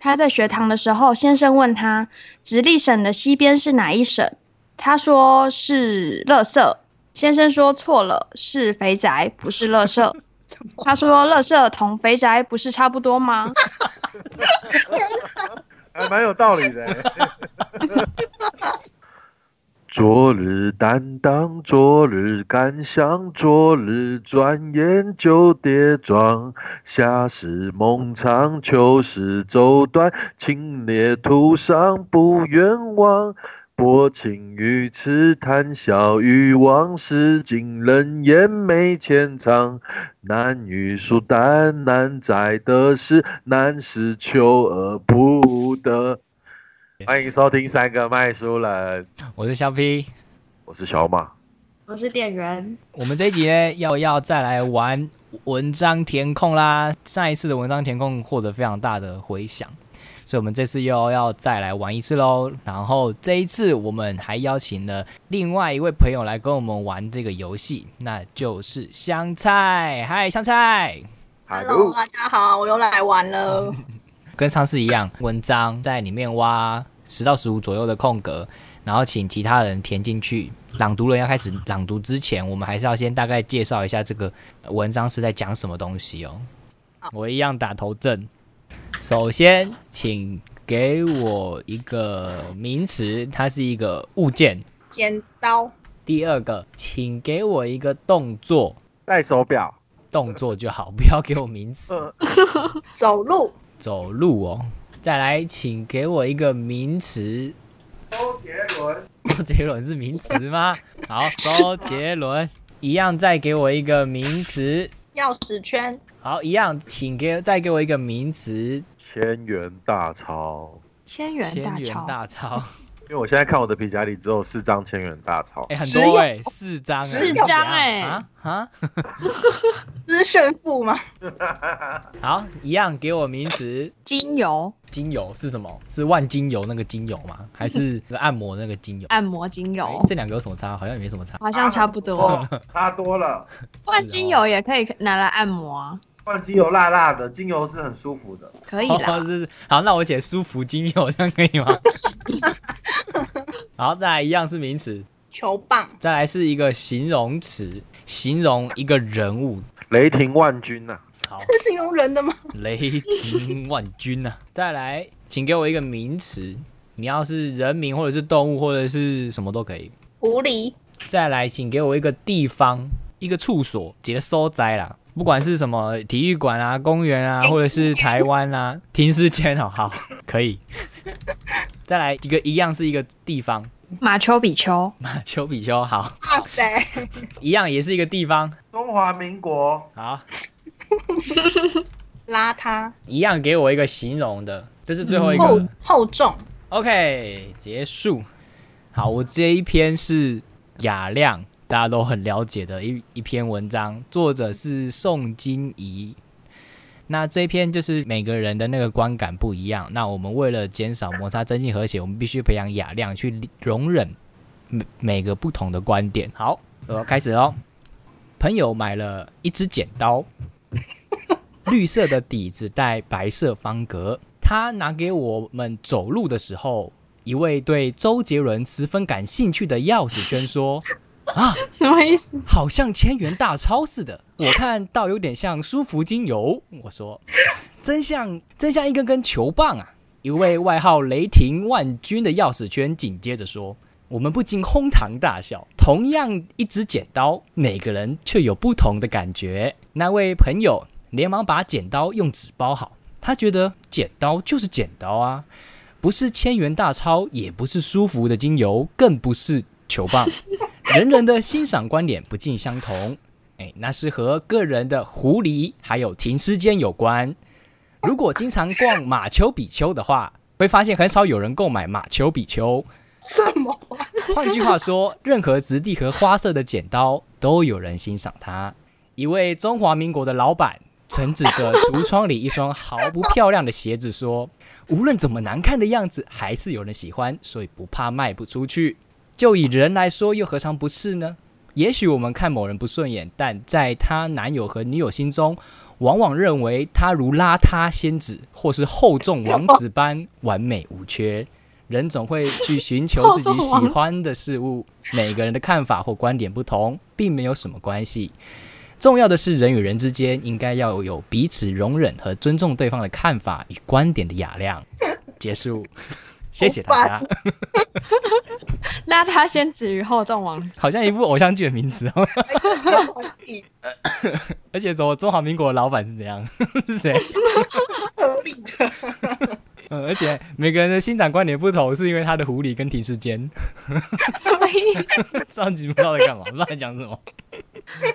他在学堂的时候，先生问他直隶省的西边是哪一省？他说是乐色。先生说错了，是肥宅，不是乐 色。他说乐色同肥宅不是差不多吗？还呃蛮有道理的、 昨日担当，昨日感想，昨日转眼就跌撞。夏时梦长，秋时走短，清冽途上不远望。薄情于痴，谈笑于往事，尽人言没浅尝。难与疏淡，难在得失，难是求而不得。欢迎收听《三个麦书人》，我是肖 P。我是小马。我是店员，我们这一集呢，要要再来玩文章填空啦。上一次的文章填空获得非常大的回响，所以我们这次又要再来玩一次喽。然后这一次我们还邀请了另外一位朋友来跟我们玩这个游戏，那就是香菜。嗨，香菜。 Hello，大家好，我又来玩了。跟上次一样，文章在里面挖十到十五左右的空格，然后请其他人填进去。朗读人要开始朗读之前，我们还是要先大概介绍一下这个文章是在讲什么东西哦。我一样打头阵。首先，请给我一个名词，它是一个物件。剪刀，第二个，请给我一个动作，戴手表，动作就好，不要给我名词。呃，走路，走路哦。再来，请给我一个名词。周杰伦，周杰伦是名词吗？ 好，周杰伦一样，再给我一个名词。钥匙圈，好，一样，请给再给我一个名词。千元大钞。千元大千元钞，大钞， 因为我现在看我的皮夹里只有四张千元大钞，哎、很只多有哎、四张哎、只有是怎样哎啊啊！资炫富吗？好，一样给我名词。精油，精油是什么？是万金油那个精油吗？还是那个按摩那个精油？按摩精油哎，这两个有什么差？好像也没什么差。好像差不多。哦，差多了。换精油也可以拿来按摩啊，换精油辣辣的，精油是很舒服的。可以 哦，啦。是好，那我写舒服精油，这样可 以吗？好，再来一样是名词，球棒，再来是一个形容词，形容一个人物。雷霆万钧啊呐、好，这是形容人的吗？雷霆万钧啊！再来，请给我一个名词，你要是人名或者是动物或者是什么都可以。狐狸，再来，请给我一个地方，一个处所，解收灾啦。不管是什么体育馆啊、公园啊，停或者是台湾啊，停尸间哦，好，可以。再来一个，一样是一个地方， 马丘比丘，马丘比丘，好，哇塞，一样也是一个地方，中华民国好，邋遢，一样给我一个形容的，这是最后一个。厚厚重， OK，结束。好，我这一篇是雅亮，大家都很了解的一一篇文章，作者是宋金怡。那这一篇就是每个人的那个观感不一样。那我们为了减少摩擦、增进和谐，我们必须培养雅量去理容忍每每个不同的观点。好，我要开始喽。朋友买了一支剪刀，绿色的底子带白色方格。他拿给我们走路的时候，一位对周杰伦十分感兴趣的钥匙圈说：“ 啊，什么意思？好像千元大钞似的，我看到有点像舒服精油。我说，真像真像一根根球棒啊！一位外号雷霆万钧的钥匙圈紧接着说，我们不禁哄堂大笑。同样一支剪刀，每个人却有不同的感觉。那位朋友连忙把剪刀用纸包好，他觉得剪刀就是剪刀啊，不是千元大钞，也不是舒服的精油，更不是球棒。人人的欣赏观点不尽相同，哎，那是和个人的狐狸还有停尸间有关。如果经常逛马丘比丘的话，会发现很少有人购买马丘比丘。什么啊？ 换句话说，任何质地和花色的剪刀都有人欣赏它。一位中华民国的老板曾指着橱窗里一双毫不漂亮的鞋子说：“无论怎么难看的样子，还是有人喜欢，所以不怕卖不出去。就以人来说，又何尝不是呢？也许我们看某人不顺眼，但在他男友和女友心中，往往认为他如邋遢仙子或是厚重王子般完美无缺。人总会去寻求自己喜欢的事物，每个人的看法或观点不同，并没有什么关系。重要的是，人与人之间应该要有彼此容忍和尊重对方的看法与观点的雅量。结束，谢谢大家。邋遢仙子与厚重王子，好像一部偶像剧的名字哦，皇帝而且怎么中华民国的老板是怎样？ 是谁？合理的，嗯，而且每个人的欣赏观点不同，是因为他的狐狸跟提示间。 上集不知道在干嘛，不知道在讲什么，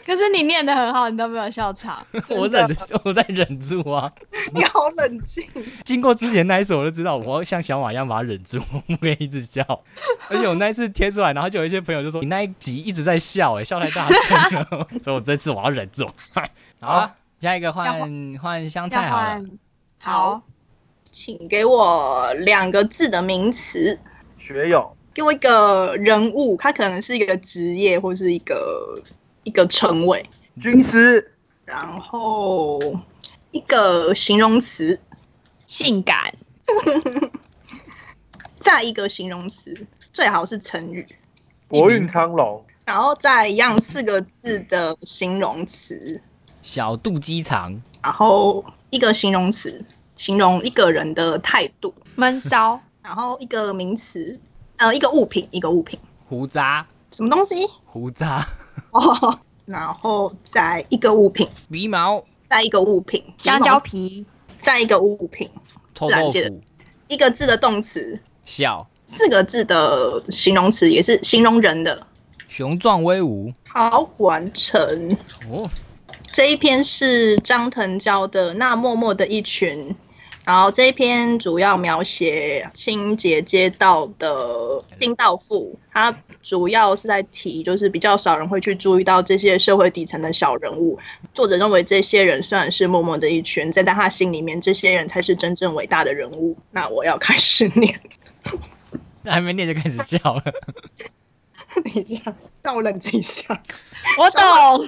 可是你念的很好，你都没有笑场。我忍，我在忍住啊。你好冷静，经过之前那一次，我就知道我要像小马一样把它忍住，我不可以一直笑。而且我那一次贴出来，然后就有一些朋友就说你那一集一直在笑、欸，哎，笑太大声了， 所以我这次我要忍住。 好啊，下一个换换香菜好了，好，请给我两个字的名词，学友，给我一个人物，他可能是一个职业或是一个一个称谓，军师，然后一个形容词，性感，再一个形容词，最好是成语，国运昌隆，然后再一样四个字的形容词，小肚鸡肠，然后一个形容词形容一个人的态度，闷 骚，然后一个名词，呃，一个物品，一个物品，胡渣，什么东西？ 胡渣， 哦，然后再一个物品，鼻毛，再一个物品，香蕉，皮，再一个物品，臭自然豆界的腐，一个字的动词，笑，四个字的形容词，也是形容人的。雄壮威武。好，完成。哦，这一篇是张腾教的《那默默的一群》，然后这一篇主要描写清洁街道的清道妇，它主要是在提，就是比较少人会去注意到这些社会底层的小人物。作者认为这些人虽然是默默的一群，在但他心里面，这些人才是真正伟大的人物。那我要开始念，还没念就开始笑了。 等一下， 让我冷静一下。 我懂。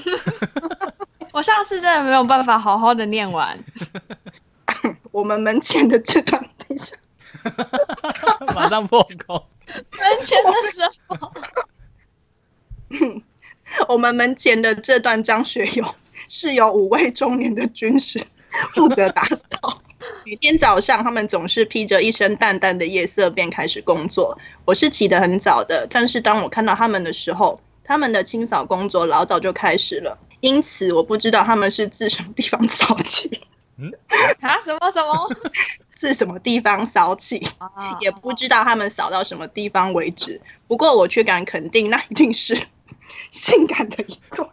我上次真的没有办法好好的念完，我们门前的这段，等一下，马上破口。门前的时候，我们门前的这段张学友是由五位中年的军士负责打扫。每天早上，他们总是披着一身淡淡的夜色便开始工作。我是起得很早的，但是当我看到他们的时候，他们的清扫工作老早就开始了，因此我不知道他们是自什么地方扫起， 啊什么什么，自什么地方扫起。 啊也不知道他们扫到什么地方为止。不过我却敢肯定，那一定是 性感的一段。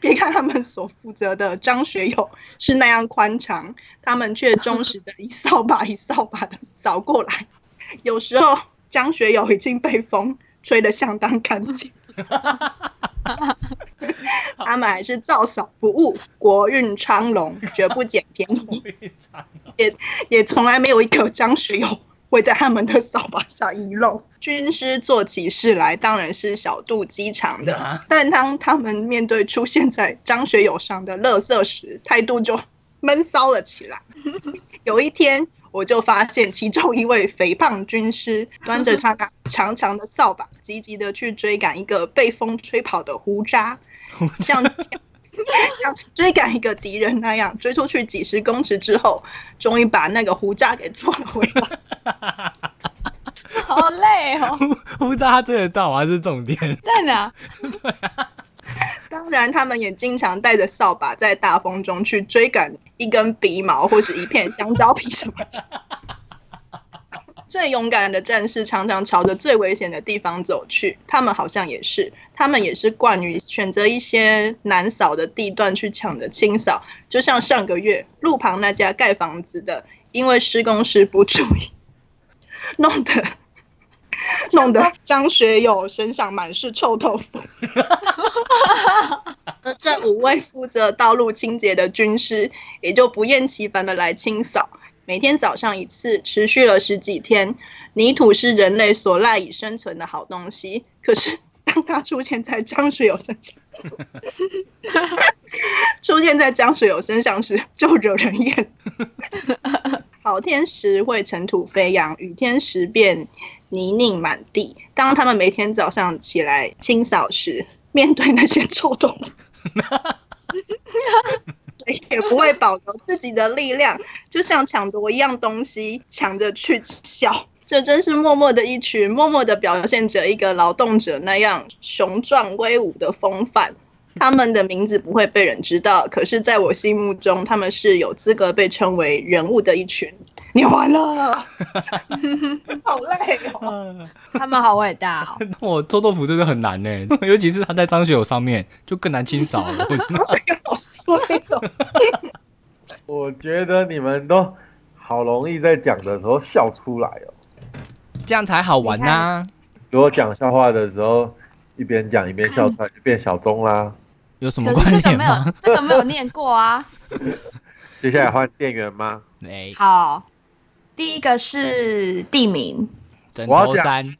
别看他们所负责的张学友是那样宽敞，他们却忠实的一扫把一扫把的扫过来。有时候张学友已经被风吹得相当干 净。他们还是照扫不误，国运昌隆，绝不捡便宜。 也从来没有一个张学友会在他们的扫把上遗漏。军师做起事来当然是小肚鸡肠的，但当他们面对出现在张学友上的垃圾时，态度就闷骚了起 来。有一天，我就发现其中一位肥胖军师端着他那长长的扫把，急急的去追赶一个被风吹跑的胡渣，像 像追赶一个敌人那样追出去几十公尺之后，终于把那个胡渣给抓了回来。好累哦，啊胡渣他追得到吗？这是 重点。在哪？ 当然，他们也经常带着扫把在大风中去追赶一根鼻毛 或是一片香蕉皮什么的。 最勇敢的战士常常朝着最危险的地方走去，他们好像也是，他们也是惯于选择一些难扫的地段去抢着清扫。就像上个月路旁那家盖房子的，因为施工时不注意，弄得弄得张学友身上满是臭豆腐。而这五位负责道路清洁的军师也就不厌其烦的来清扫，每天早上一次，持续了十几天。泥土是人类所赖以生存的好东西，可是当它出现在张学友身上， 出现在江水友身上时就惹人厌。好天时会尘土飞扬，雨天时便泥泞满地。当他们每天早上起来清扫时，面对那些臭动物，谁也不会保留自己的力量，就像抢夺一样东西，抢着去笑。这真是默默的一群，默默的表现着一个劳动者那样雄壮威武的风范。他们的名字不会被人知道，可是，在我心目中，他们是有资格被称为人物的一群。你完了，好累哦！他们好伟大哦！我做豆腐真的很难呢， 尤其是他在张学友上面就更难清扫了。这个好衰哦。我觉得你们都好容易在讲的时候笑出来哦。这样才好玩呐、如果讲笑话的时候一边讲一边笑出来，就变小钟啦。有什么啊可关是这个联没有吗？，这个没有念过啊。接下来换店员吗？ 哎、好，第一个是地名枕我要头讲山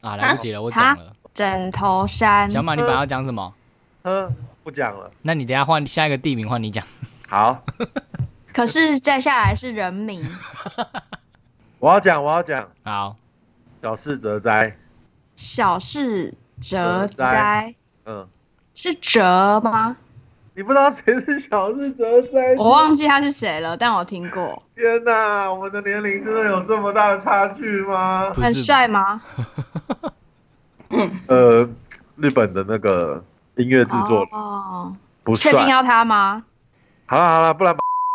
啊，来不及了，我讲了。枕头啊山，小马，你本来要讲什么？呵，不讲了。那你等一下换下一个地名，换你讲。好，可是再下来是人名，我要讲，我要讲。好，小事则哉，小事哲哲哉哉，嗯，是哲吗？你不知道谁是小事则哉？我忘记他是谁了，但我听过。天哪，我们的年龄真的有这么大的差距吗？ 不很是帅吗？呃，日本的那个音乐制作哦，不确定算。要他吗？好了好了，不然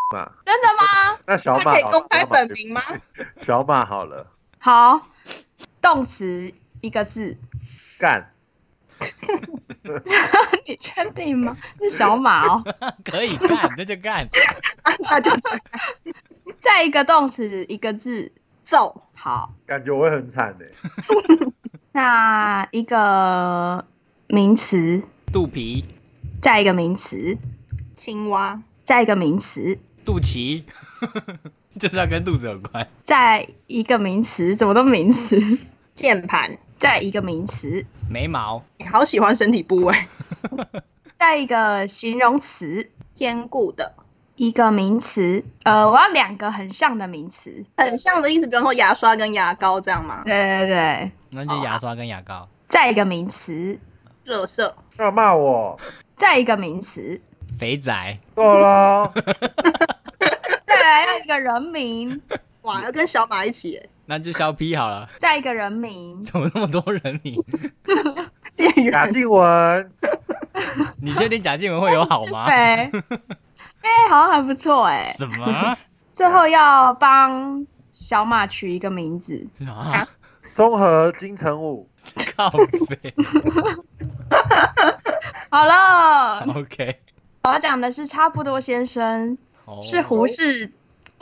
把嘛，真的吗？那小他马可以好了公开本，名吗？ 小马好了，好，动词一个字，干，你确定吗？是小马哦。可以干，那就干。那就这样再一个动词一个字，揍好，感觉我会很惨欸的。那一个名词，肚皮、再一个名词，青蛙，再一个名词，肚脐， 就是要跟肚子有关。再一个名词，怎么都名词， 键盘。再一个名词，眉毛、你好喜欢身体部位，再一个形容词，坚固的，一个名词，呃，我要两个很像的名词，很像的意思。比方说牙刷跟牙膏这样吗对？对对，那就牙刷跟牙膏。再一个名词，热色，要骂我，再一个名词，肥仔，够了哦，再来要一个人名，哇，嗯要跟小马一起 耶，那就削皮好了。 再一个人名，怎么那么多人名？店贾员静雯，你确定贾静雯会有好 吗？对，哎、好像还不错哎、什 么最后要帮小马取一个名字，啊？综合金城武，靠 背。好了。 OK，我要讲的是《差不多先生》，哦是胡适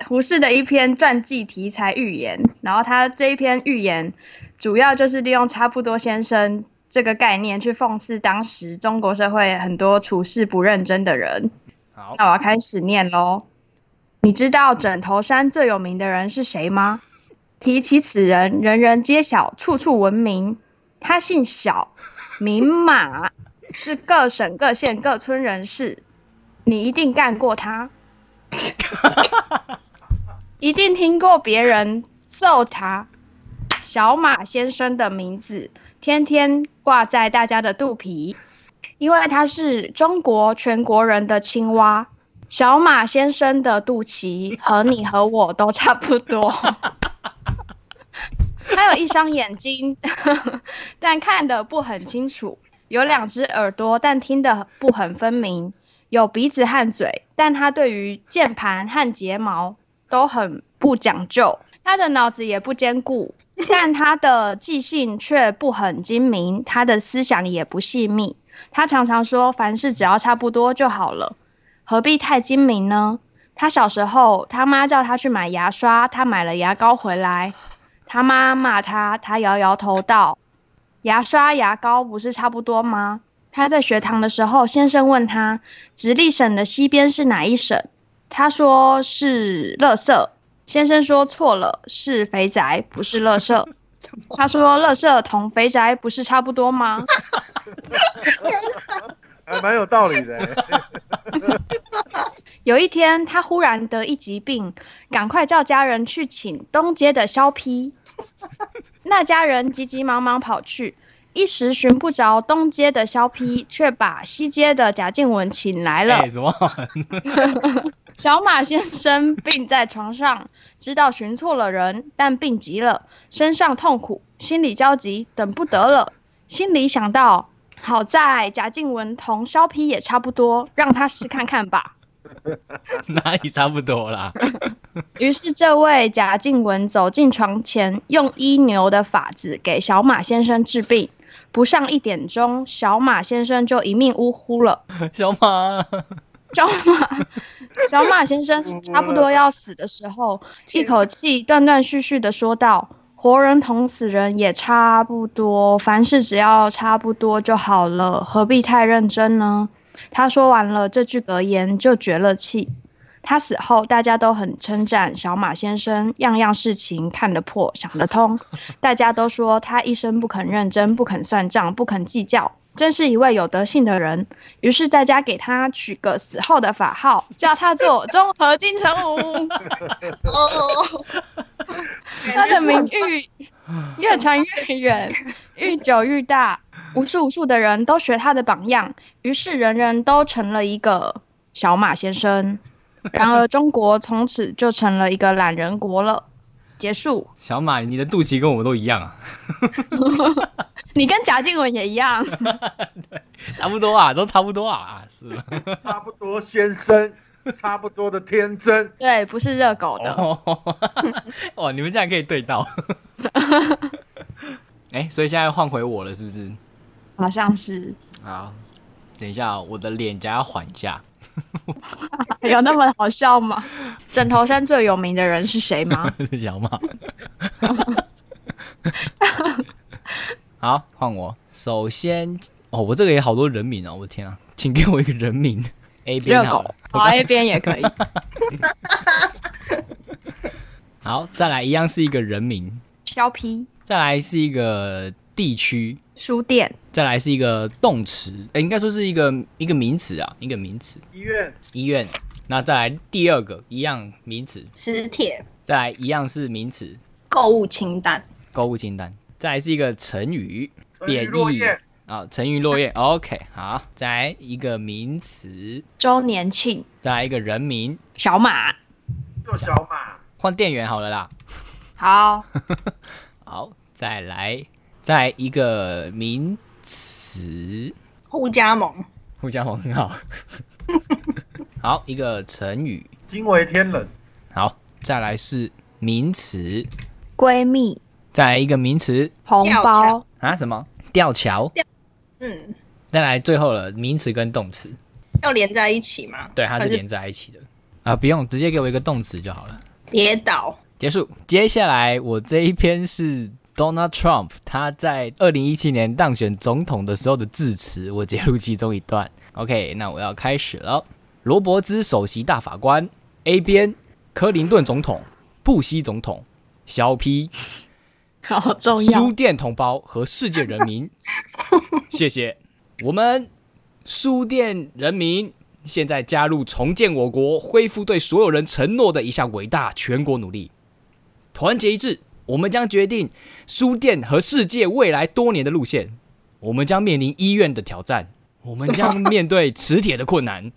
胡适的一篇传记题材寓言。然后他这一篇寓言主要就是利用“差不多先生”这个概念去讽刺当时中国社会很多处事不认真的人。好那我要开始念喽。你知道枕头山最有名的人是谁吗？提起此人，人人皆晓，处处闻名。他姓小，名马，是各省各县各村人士。你一定干过他，一定听过别人揍他。小马先生的名字天天挂在大家的肚皮。因为他是中国全国人的青蛙。小马先生的肚脐和你和我都差不多，他有一双眼睛，但看得不很清楚；有两只耳朵，但听得不很分明；有鼻子和嘴，但他对于键盘和睫毛都很不讲究。他的脑子也不坚固，但他的记性却不很精明，他的思想也不细密。他常常说，凡事只要差不多就好了，何必太精明呢？他小时候，他妈叫他去买牙刷，他买了牙膏回来，他妈骂他，他摇摇头道：“牙刷、牙膏不是差不多吗？”他在学堂的时候，先生问他，直隶省的西边是哪一省？他说是乐色。先生说错了，是肥宅，不是乐色。他说乐色同肥宅不是差不多吗？欸还蛮有道理的。有一天，他忽然得一疾病，赶快叫家人去请东街的肖批。那家人急急忙忙跑去，一时寻不着东街的肖批，却把西街的贾静雯请来了。哎，什么？ 小马先生病在床上，知道寻错了人，但病急了，身上痛苦，心里焦急，等不得了。心里想到，好在贾静雯同肖批也差不多，让他试看看吧。哪里差不多啦？ 于是，这位贾静雯走进床前，用医牛的法子给小马先生治病。不上一点钟，小马先生就一命呜呼了。小马，小马，小马先生差不多要死的时候，一口气断断续续的说道：“活人同死人也差不多，凡事只要差不多就好了，何必太认真呢？”他说完了这句格言，就绝了气。他死后，大家都很称赞小马先生，样样事情看得破，想得通。大家都说他一生不肯认真，不肯算账，不肯计较，真是一位有德性的人。于是大家给他取个死后的法 号，叫他做综合金城武。哦，他的名誉越传越 远，愈久愈大，无数无数的人都学他的榜样，于是人人都成了一个小马先生。然而，中国从此就成了一个懒人国了。结束。小马，你的肚脐跟我们都一样啊， 你跟贾静雯也一样，差不多啊，都差不多啊，啊是吧差不多先生，差不多的天真。对，不是热狗的。 哦，哇，你们竟然可以 对到。哎、所以现在换回我了，是不是？好像是好，等一下，我的脸颊要缓一下。有那么好笑吗？枕头山最有名的人是谁吗？ 小马。 好，换我。首先，哦，我这个也好多人名哦，我的天啊，请给我一个 人名。A 热边好狗了，好 A 边也 可以。好，再来一样是一个人名，削皮再来是一个地区，书店、再来是一个动词，哎、应该说是一个一个名词啊，一个名词。医院医院，那再来第二个一样名词，磁铁再来一样是名词，购物清单，购物清单，再来是一个成语，沉鱼贬落义雁，啊，沉鱼落雁。OK，好，再来一个名词，周年庆、再来一个人名，小马。做小马，换店员好了啦。好，好，再来，再来一个名词，互加盟，互相好很好。 好，一个成语，惊为天人，好，再来是名词，闺蜜、再来一个名词红吊包桥、啊，什么？吊桥，嗯，再来最后了，名词跟动词。要连在一起吗？对，它是还连在一起的啊，不用直接给我一个动词就好了。跌倒，结束。接下来我这一篇是 Donald Trump 他在二零一七年当选总统的时候的致辞，我截录其中一段。OK，那我要开始了。罗伯兹首席大法官 A 边，克林顿总统、布希总统、小 P 好重要书。店同胞和世界人 民，谢谢我们书店人民现在加入重建我国、恢复对所有人承诺的一项伟大全国努力，团结一致，我们将决定书店和世界未来多年的路线。我们将面临医院的挑战，我们将面对磁铁的 困难，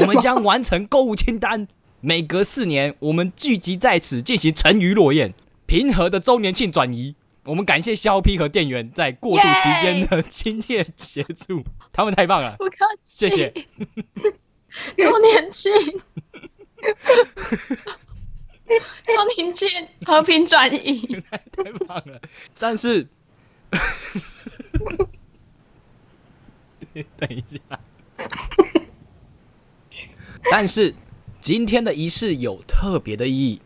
我们将完成购物清单。每隔四年，我们聚集在此进行成鱼落雁，平和的周年庆转移。我们感谢肖批和店员在过渡期间的 亲切协助，他们太棒了，不客气，谢谢。。 周年庆， 周年庆和平转移，太棒了。但是， 等一下，但是今天的仪式有特别的意义，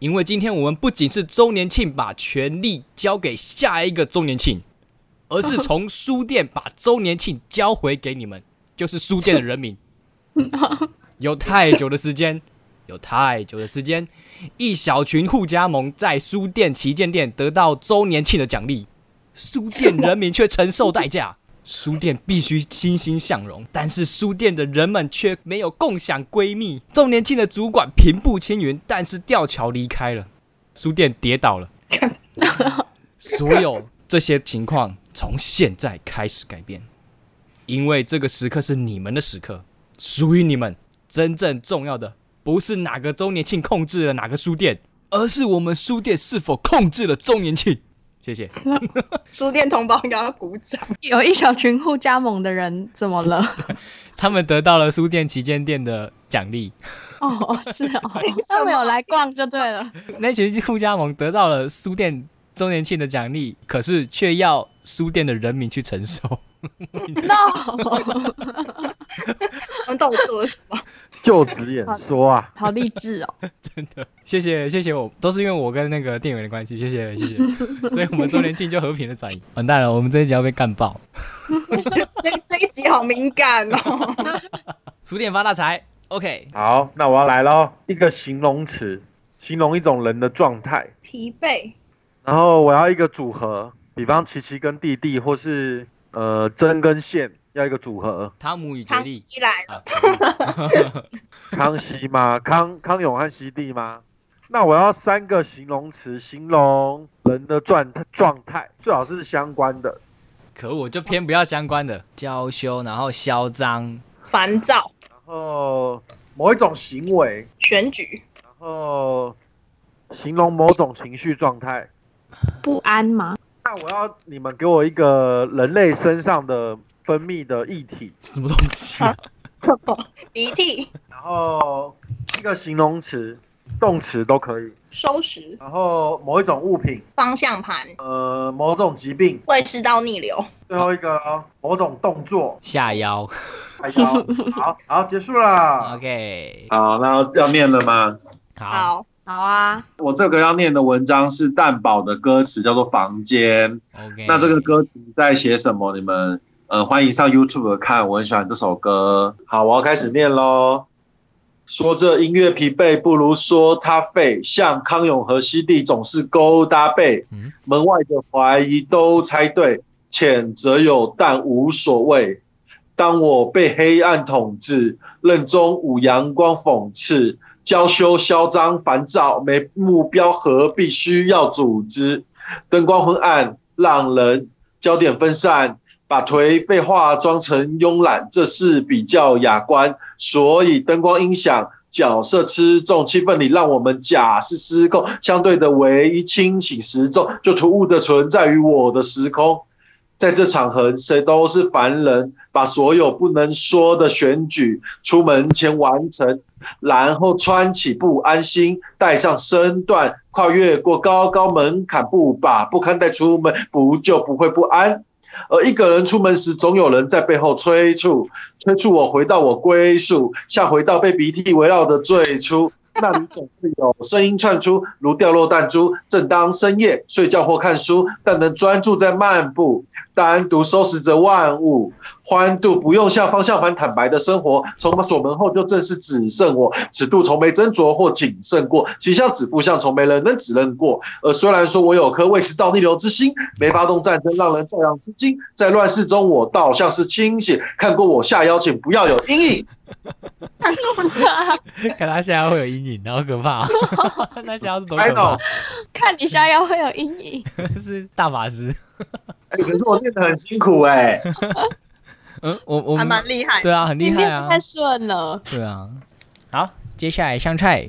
因为今天我们不仅是周年庆把权力交给下一个周年庆，而是从书店把周年庆交回给你们，就是书店的人民。有太久的时间，有太久的时间，一小群互加盟在书店旗舰店得到周年庆的奖励，书店人民却承受代价。书店必须欣欣向荣，但是书店的人们却没有共享闺蜜。周年庆的主管平步青云，但是吊桥离开了，书店跌倒了。所有这些情况从现在开始改变，因为这个时刻是你们的时刻，属于你们。真正重要的不是哪个周年庆控制了哪个书店，而是我们书店是否控制了周年庆。谢谢。书店同胞应该要鼓掌。有一小群互加盟的人怎么 了？他们得到了书店旗舰店的奖励，哦，是 哦，什他么们有来逛就对了。那群互加盟得到了书店周年庆的奖励，可是却要书店的人民去承受。 No，他们到底做了什么？ 就职演说啊，好励志哦。谢谢谢谢我，都是因为我跟那个店员的关系，谢谢谢谢，所以我们周年庆就和平的展移。完蛋了，我们这一集要被干爆，这这一集好敏感哦。 书店发大财。OK，好，那我要来喽，一个形容词，形容一种人的状态，疲惫，然后我要一个组合，比方琪琪跟弟弟，或是呃针跟线，要一个组合。汤姆与杰康利熙来了，啊，康熙吗？康康永和熙娣吗？那我要三个形容词形容人的状态状态，最好是相关的。可恶我就偏不要相关的娇羞，然后嚣张，烦躁，然后某一种行为，选举，然后形容某种情绪状态。不安吗？那我要你们给我一个人类身上的分泌的液体，什么东 西、啊？鼻涕，然后一个形容词、动词都可以，收拾，然后某一种物品，方向盘，呃，某种疾病，胃食道逆流，最后一个咯某种动作。下腰。哎呦好好结束啦。 OK，好，那要要念了吗？好，好，好啊，我这个要念的文章是蛋宝的歌词，叫做《房间》。 OK，那这个歌词在写什么？你们呃，欢迎上 YouTube 看，我很喜欢这首歌。好，我要开始念喽。说这音乐疲惫，不如说它废。像康永和西地总是勾搭背，嗯门外的怀疑都猜对，谴责有但无所谓。当我被黑暗统治，任中午阳光讽刺，娇羞嚣张烦躁，没目标和必须要组织。灯光昏暗，让人焦点分散，把颓废化装成慵懒，这是比较雅观。所以灯光音响。角色吃重，气氛里让我们假是失控，相对的唯一清醒时钟，就突兀的存在于我的时空。在这场合，谁都是凡人，把所有不能说的选举，出门前完成，然后穿起不安心，带上身段，跨越过高高门槛，不把不堪带出门，不就不会不安。而一个人出门时，总有人在背后催促，催促我回到我归宿，像回到被鼻涕围绕的最初。那里总是有声音窜出，如掉落弹珠。正当深夜睡觉或看书，但能专注在漫步，单独收拾着万物。欢度不用像方向盘坦白的生活，从锁门后就正是只剩我，尺度从没斟酌或谨慎过，形象止步向从没人能指认过。而虽然说我有颗胃食道逆流之心，没发动战争，让人照样吃惊，在乱世中我倒像是清醒。看过我下邀请，不要有阴影。 看他现在会有阴影，好可怕、 那下腰是多哎可怕呦，？看你下腰会有阴影。是大法师。哎，可是我念得很辛苦哎、嗯，我我还们蛮厉害的。对啊，很厉你害念啊得太，顺了。对啊。好，接下来香菜，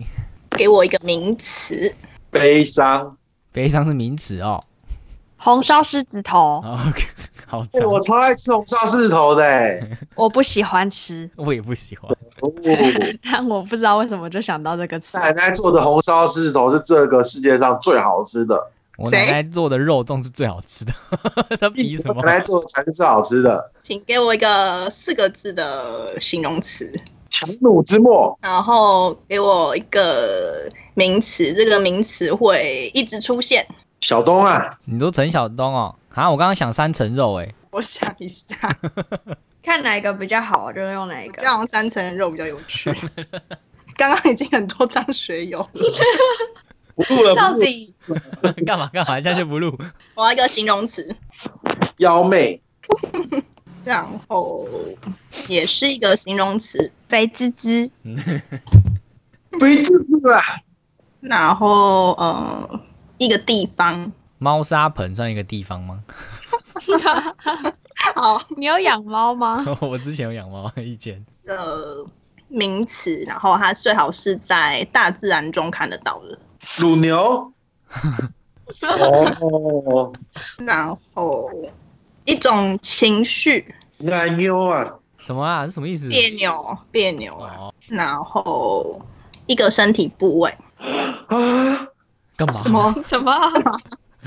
给我一个名词，悲伤。悲伤是名词哦。红烧狮子头， OK，好哎脏，我超爱吃红烧狮头的、欸，我不喜欢吃，我也不喜欢。哦，但我不知道为什么就想到这个词。奶奶做的红烧狮头是这个世界上最好吃的，我谁奶奶做的肉粽是最好吃的， 他比什么奶？奶做的才是最好吃的。请给我一个四个字的形容词，强弩之末，然后给我一个名词，这个名词会一直出现。小东啊，你说陈晓东哦？啊，我刚刚想三层肉哎、 我想一下，看哪一个比较好，就用哪一这样三层肉比较有 趣。刚刚已经很多张学友，不录了，到不录了底干嘛干嘛？这样就不录。我要一个形容词，幺妹，然后也是一个形容词，肥滋滋，没记住啊啦。然后呃一个地方，猫砂盆算一个地方吗？好你有养猫吗？ 我之前有养猫，以前呃名词，然后它最好是在大自然中看得到的。乳牛。哦，然后哦一种情绪，奶牛啊，什么啊？这什么意思？别扭别扭啊，哦，然后一个身体部位，啊，干什嘛？么 什么？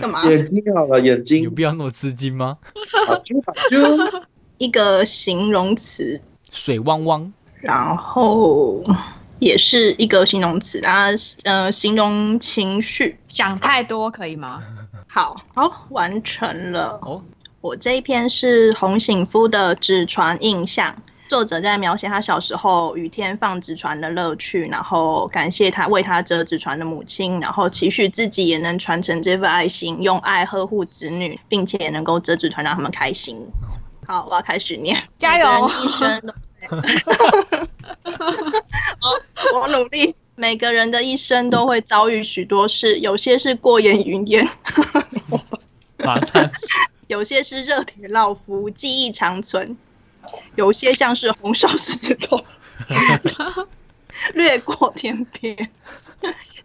干嘛？眼睛好了，眼有睛，必要那么吃惊吗？啊啾啊啾一个形容词，水汪汪，然后也是一个形容词，它呃形容情绪。想太多可以 吗？好，好，完成了。哦，我这一篇是洪醒夫的《纸船印象》，作者在描写他小时候雨天放纸船的乐趣，然后感谢他为他折纸船的母亲，然后期许自己也能传承这份爱心，用爱呵护子女，并且能够折纸船让他们开心。好，我要开始念，加油每个人一生都 我努力。每个人的一生都会遭遇许多事，有些是过眼云烟，马 上有些是热铁烙肤，记忆长存；有些像是红烧狮子头，掠过天边，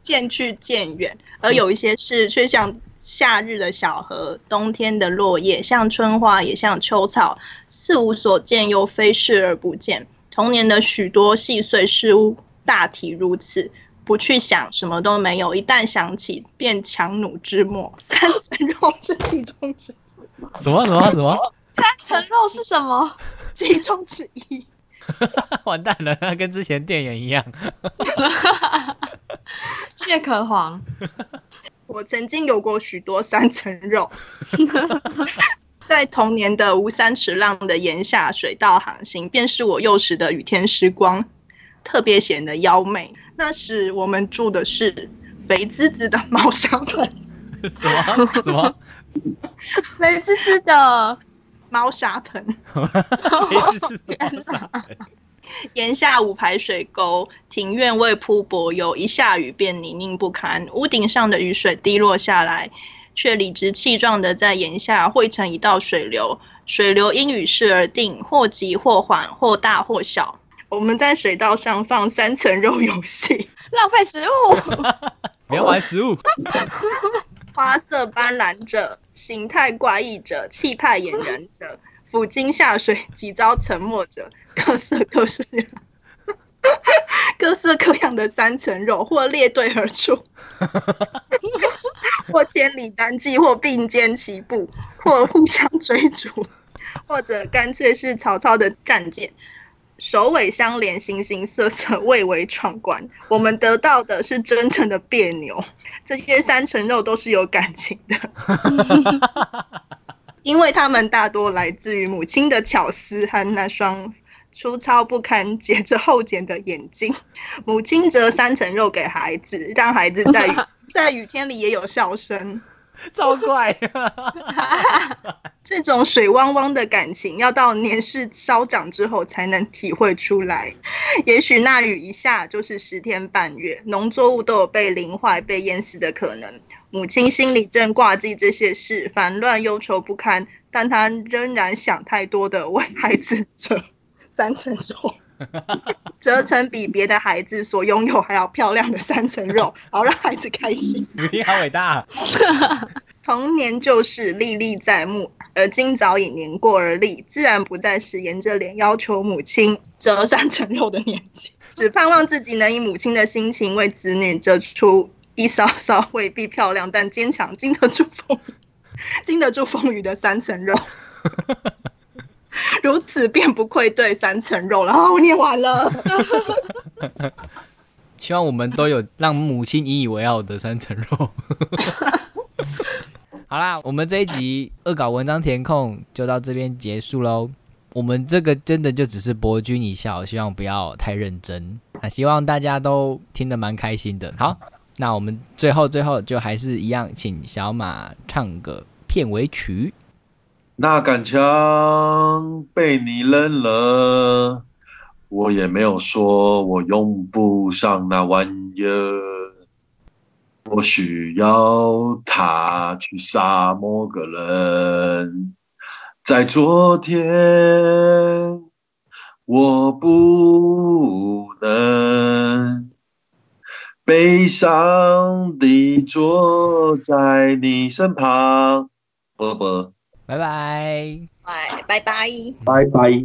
渐去渐远；而有一些事却像夏日的小河，冬天的落叶，像春花，也像秋草，似无所见又非视而不见。童年的许多细碎事物，大体如此。不去想，什么都没有；一旦想起，便强弩之末。三层肉是其中之什么什么什么？三层肉是什么？其中之一。 完蛋了，那跟之前店员一 样。 蟹壳黄，我曾经有过许多三层肉，在童年的无三尺浪的檐下水道航行，便是我幼时的雨天时光，特别显得妖媚。那时我们住的是肥滋滋的猫砂盆，什么什 么？肥滋滋的，猫砂盆。一次是檐下五排水沟，庭院未铺柏油，一下雨便泥泞不堪。屋顶上的雨水滴落下来，却理直气壮地在檐下汇成一道水流。水流因雨势而定，或急或缓，或大或小。我们在水道上放三层肉游戏，浪费食物，你要玩食物， 花色斑斓者，形态怪异者，气派掩人者，抚今下水，几遭沉默者，各色各式，各色各样的三层肉，或列队而出，或千里单骑，或并肩齐步，或互相追逐，或者干脆是曹操的战舰。首尾相连，形形色色，蔚为壮观。我们得到的是真正的别扭，这些三层肉都是有感情的，因为它们大多来自于母亲的巧思和那双粗糙不堪、结着厚茧的眼睛。母亲折三层肉给孩子，让孩子在雨在雨天里也有笑声。超怪。 这种水汪汪的感情，要到年事稍长之后才能体会出来。也许那雨一下就是十天半月，农作物都有被淋坏、被淹死的可能。母亲心里正挂记这些事，烦乱忧愁不堪，但她仍然想太多的为孩子折 三层肉，折成比别的孩子所拥有还要漂亮的三层肉，好让孩子开心。母亲好伟大，童年旧事历历在目，而今早已年过而立，自然不再是沿着脸要求母亲折三成肉的年纪， 只盼望自己能以母亲的心情为子女折出一艘艘未必漂亮但坚强、经得住风 经得住风雨的三层肉。 如此便不愧对三层肉了。哦，我念完了，希望我们都有让母亲引以为傲的三层肉。 好啦，我们这一集恶搞文章填空就到这边结束喽。我们这个真的就只是博君一笑，希望不要太认真。那希望大家都听得蛮开心的。好，那我们最后最后就还是一样，请小马唱个片尾曲。那杆枪被你扔了，我也没有说我用不上那玩意儿。我需要它去杀某个人。在昨天，我不能悲伤地坐在你身旁。啵啵。拜拜，拜拜拜，拜拜，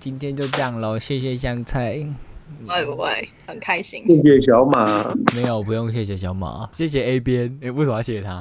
今天就这样喽，谢谢香菜。会不会哎很开心？谢谢小马。没有，不用谢谢小马，谢谢 A 边。诶、为什么要谢谢他？